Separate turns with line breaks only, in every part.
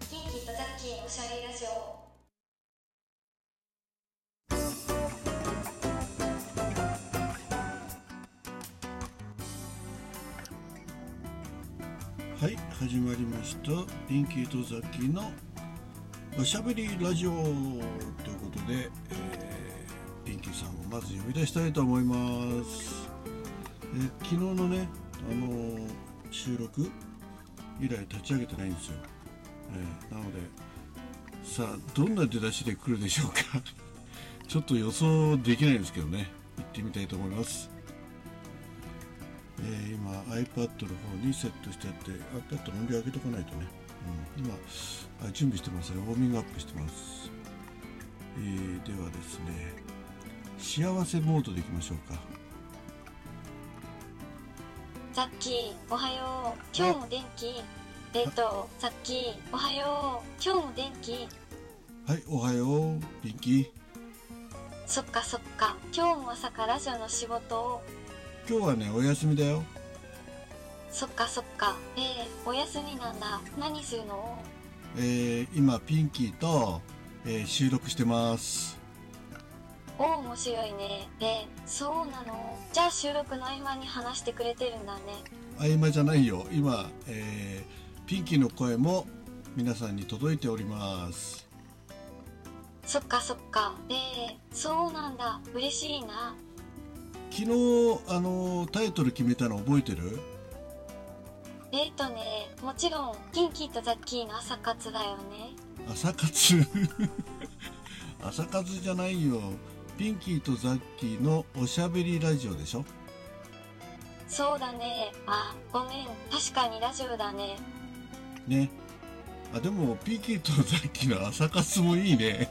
さっきおしゃれラジオ
はい始まりましたピンキーとザッキーのおしゃべりラジオということで、えーピンキーさんをまず呼び出したいと思います、えー昨日のねあのー収録以来立ち上げてないんですよ、えーなのでさあどんな出だしで来るでしょうか ちょっと予想できないんですけどね行ってみたいと思いますえー今 iPad の方にセットしてあって iPad の音量上げとかないとね、うん、今あ準備してますねウォーミングアップしてます、えーではですね幸せモードでいきましょうか
さっきおはよう今日も元気えっとさっきおはよう今日も元気
はいおはようピンキー
そっかそっか今日も朝からラジオの仕事を
今日はねお休みだよ
そっかそっかえー、お休みなんだ何するの
えー今ピンキーと、えー収録してます
おお面白いねえー、そうなのじゃあ収録の合間に話してくれてるんだね
合間じゃないよ今、えーピンキーの声も皆さんに届いております
そっかそっかえー、そうなんだ嬉しいな
昨日あのタイトル決めたの覚えてる
えっとね、もちろん、キンキーとザッキーの朝活だよね。
朝活 朝活じゃないよピンキーとザッキーのおしゃべりラジオでしょ
そうだね。あ、ごめん。確かにラジオだね。
ねあでもピンキーとザッキーの朝活もいいね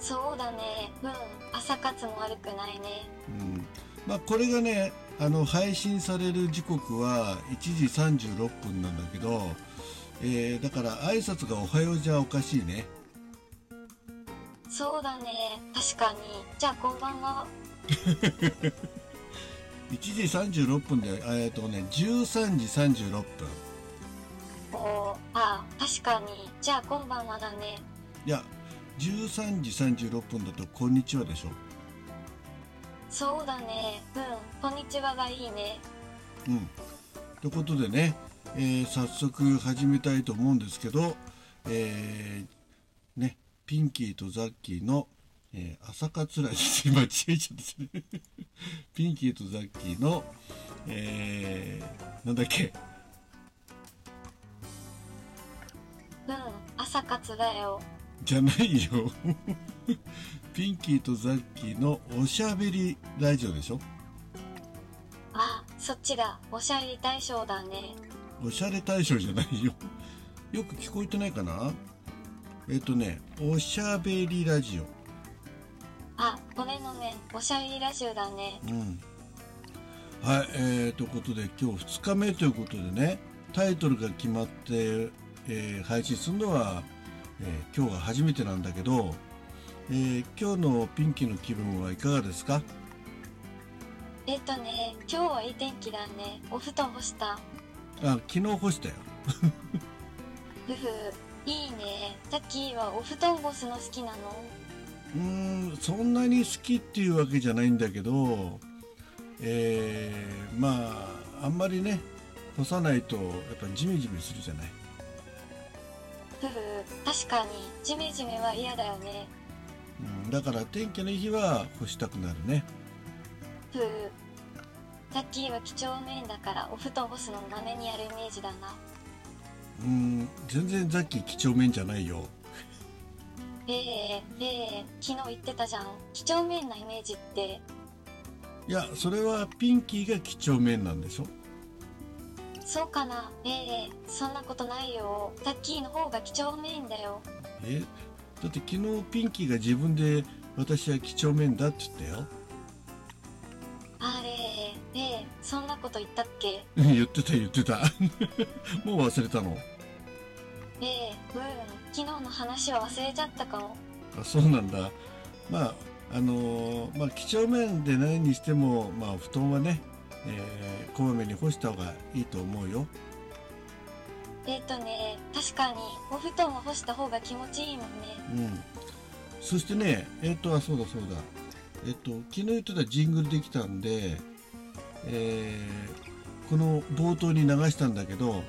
そうだね。うん。朝活も悪くないね。
うんまあこれがねあの配信される時刻は1時36分なんだけど、えーだから挨拶が「おはよう」じゃおかしいね
そうだね。確かに。じゃあ、こんばんは。
1時36分でえっとね13時36分
おー、あ、確かに。じゃあ、こんばんはだね。
いや13時36分だと「こんにちは」でしょ
そうだね。うん。こんにちはがいいね。
うん。ということでね、えー早速始めたいと思うんですけど、えーね、ピンキーとザッキーの、えー朝活ラジオ、今違えちゃったね。 ピンキーとザッキーの、えーなんだっけ、
うん。朝活だよ。
じゃないよ。 ピンキーとザッキーのおしゃべりラジオでしょ
あ、そっちだ。おしゃれ大賞だね。
おしゃれ大賞じゃないよ。よく聞こえてないかなえっ、とね、おしゃべりラジオ。
あ、ごめんごめん。おしゃれラジオだね。
うん、はい、えー、ということで今日2日目ということでねタイトルが決まって、えー配信するのは、えー今日が初めてなんだけど、えー今日のピンキーの気分はいかがですか
えっとね、今日はいい天気だね。お布団干した。
あ昨日干したよ
ふふ、いいね。タッキーはお布団干すの好きなの
うーんそんなに好きっていうわけじゃないんだけどえーまああんまりね干さないとやっぱジメジメするじゃない
ふふ、確かに、ジメジメは嫌だよね。
うん、だから天気のいい日は干したくなるね
ふふ、タッキーは几帳面だからお布団干すのまめにやるイメージだな。
うーん全然ザッキー几帳面じゃないよ
ええええ昨日言ってたじゃん。几帳面なイメージって。
いやそれはピンキーが几帳面なんでしょ
そうかなええそんなことないよ。タッキーの方が几帳面だよ。
えだって昨日ピンキーが自分で私は几帳面だって言ったよ
あれええそんなこと言ったっけ
言ってた言ってたもう忘れたの
ええうん。昨日の話は忘れちゃったかも。
あそうなんだまああのーまあ几帳面でないにしてもまあ布団はねえーこまめに干した方がいいと思うよ
うえっ、とね、確かに、お布団を干した方が気持ちいいもんね。
うん、そしてねえっ、とあそうだそうだえっ、と昨日言ってたジングルできたんで、えーこの冒頭に流したんだけど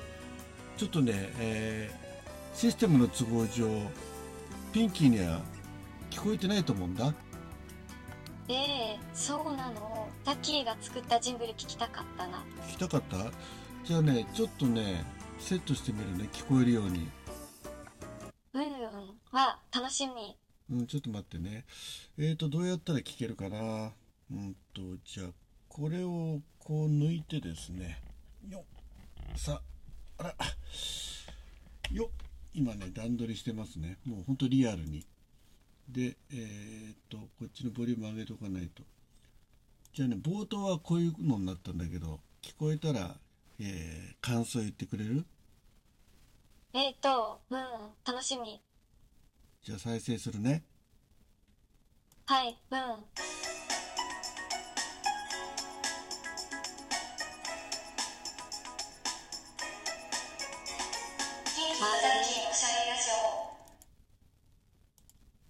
ちょっとね、えーシステムの都合上ピンキーには聞こえてないと思うんだ
ええそうなの。タッキーが作ったジングル聞きたかったな。
聞きたかったじゃあねちょっとねセットしてみるね聞こえるように。
うんうん。は、楽しみ。
うん、ちょっと待ってね。えーと、どうやったら聞けるかな。うんと、じゃあ、これをこう抜いてですね。よっ。さ、あら。よっ。今ね、段取りしてますね。もうほんとリアルに。で、えーと、こっちのボリューム上げとかないと。じゃあね、冒頭はこういうのになったんだけど、聞こえたら、えー、感想言ってくれる
えっ、と、うん、楽しみ。
じゃあ再生するね。
はい、うん。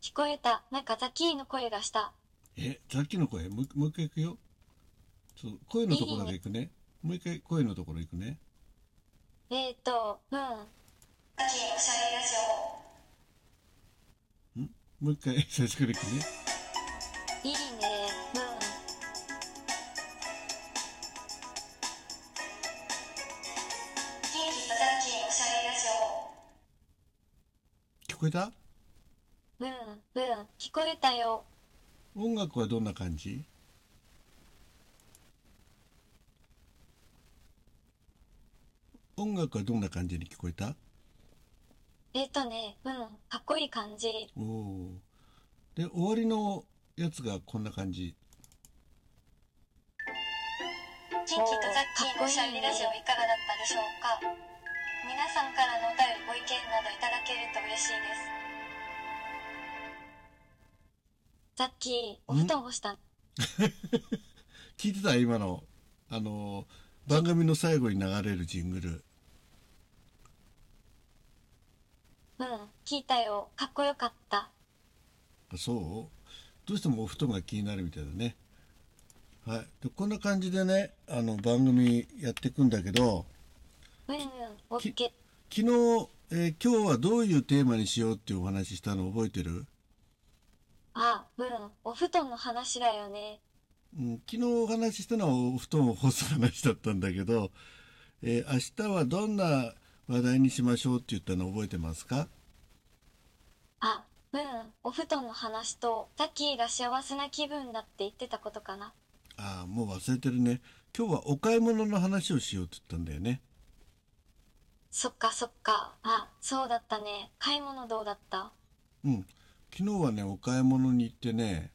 聞こえた。なんかザキーの声がした。
え、さっきの声、もうもう一回行くよ。ちょっと声のところから行くね。もう一回声のところ行くね。
えっ、と、うん。
もう一回 最初から行くね。
いいね。
聞こえた
うん。うん、うん。聞こえたよ。
音楽はどんな感じ音楽はどんな感じに聞こえた
えっ、とね、うん。かっこいい感じ。
おおー。で、終わりのやつがこんな感じ。
キンキとザッキーのシャイラジオいかがだったでしょうか皆さんからのお便りご意見などいただけると嬉しいです
ザッキー、お布団干した。
聞いてた今の。あのー、番組の最後に流れるジングル。
うん。聞いたよ。かっこよかった。
あそうどうしてもお布団が気になるみたいだね。はい。で、こんな感じでね、あの、番組やっていくんだけど、
うんうん。オッケー。
昨日、えー今日はどういうテーマにしようっていうお話ししたの覚えてる
あ、うん。お布団の話だよね。
うん、昨日お話ししたのはお布団を干す話だったんだけど、えー明日はどんな話題にしましょうって言ったの覚えてますか
あ、うん。お布団の話と、ザッキーが幸せな気分だって言ってたことかな。
ああ、もう忘れてるね。今日はお買い物の話をしようって言ったんだよね。
そっかそっか。あ、そうだったね。買い物どうだった
うん。昨日はね、お買い物に行ってね、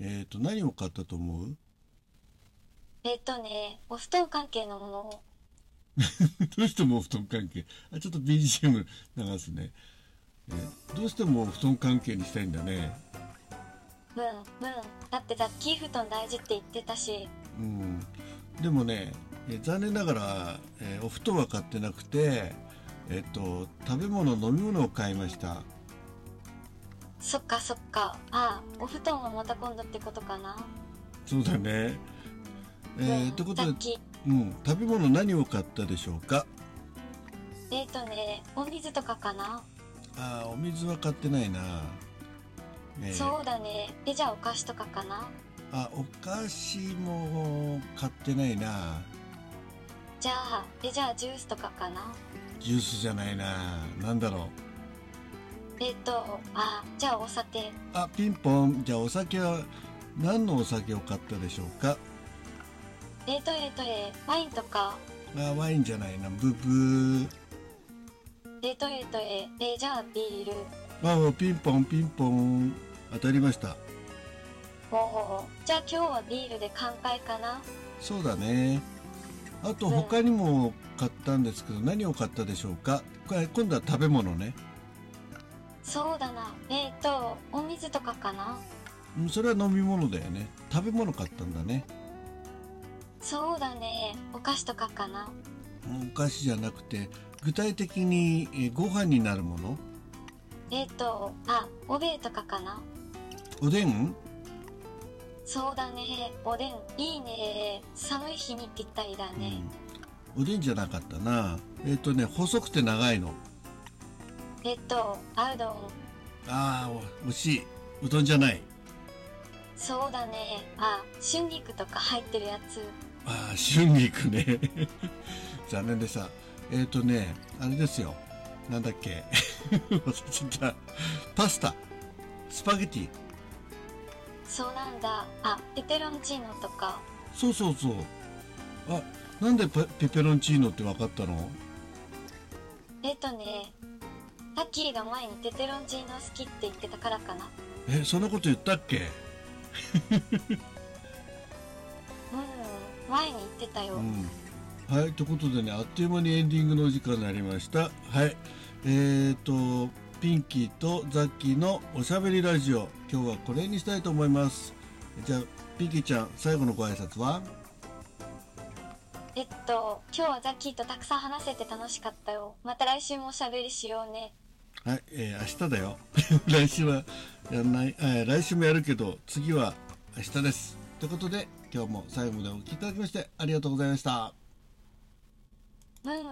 えっ、と、何を買ったと思う
えっ、とね、お布団関係のものを。
どうしてもお布団関係。あ、ちょっと BGM 流すね。えーどうしてもお布団関係にしたいんだね。
うん、うん。だってザッキー布団大事って言ってたし。
うん。でもね、えー残念ながら、えーお布団は買ってなくて、えっ、と、食べ物、飲み物を買いました。
そっかそっか。あ、お布団はまた今度ってことかな。
そうだね。えー、
うん
ということ
ザ
で
ッ、キー。
うん、食べ物何を買ったでしょうか
えっ、とね、お水とかかな。
あーお水は買ってないな。えー
そうだね。え、じゃあお菓子とかかな。
あ、お菓子も買ってないな。
じゃあ、え、じゃあジュースとかかな。
ジュースじゃないな。なんだろう。
えっ、と、あ、じゃあお砂糖。
あ、ピンポン。じゃあお酒は、何のお酒を買ったでしょうか
えっ、と、えっ、と、えー、ワインとか。
あ、ワインじゃないな。ブブー。
えっ、と、えっ、と、えー、えーじゃあビール。
あ、ピンポン、ピンポン。当たりました。
おお。じゃあ今日はビールで乾杯かな。
そうだね。あと他にも買ったんですけど、何を買ったでしょうかこれ今度は食べ物ね。
そうだな。えっ、と、お水とかかな。
うんそれは飲み物だよね。食べ物買ったんだね。
そうだね。お菓子とかかな。
うんお菓子じゃなくて具体的にえーご飯になるもの
冷凍、あ、おべえとかかな
おでん
そうだね。おでん、いいね。寒い日にぴったりだね。
おでんじゃなかったなえっ、とね細くて長いの
えっと、あうどん。
あーお惜しいうどんじゃない
そうだね。あ、春菊とか入ってるやつ。
ああ春菊ね 残念でしたえっ、とねあれですよなんだっけ 忘れちゃったパスタスパゲティ
そうなんだ。あ、ペペロンチーノとか。
そうそうそうあなんでペペペロンチーノって分かったの
えっとね、タッキーが前にペペロンチーノ好きって言ってたからかな。
えそんなこと言ったっけ
うん、前に言ってたよ。
うん、はいということでねあっという間にエンディングのお時間になりましたはいえー、とピンキーとザッキーのおしゃべりラジオ今日はこれにしたいと思いますじゃあピンキーちゃん最後のご挨拶は
えっと、今日はザッキーとたくさん話せて楽しかったよ。また来週もおしゃべりしようね。
はい、えー明日だよ 来週はやんない、えー来週もやるけど次は明日ですということで今日も最後までお聴きいただきましてありがとうございました
うん、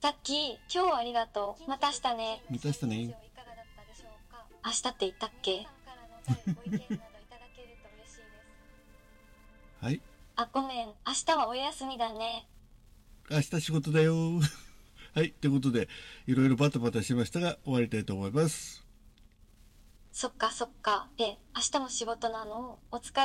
ザッキー、今日はありがとう。また明日ね。
また明日ね
いかがだったでしょうか
明日って言ったっ
皆
け
さんからのお便りご意見などいただけると嬉しいです
はい
あ、ごめん。明日はお休みだね。
明日仕事だよ。 はい、ということで、いろいろバタバタしましたが、終わりたいと思います。
そっかそっか。え、明日も仕事なのお疲れ。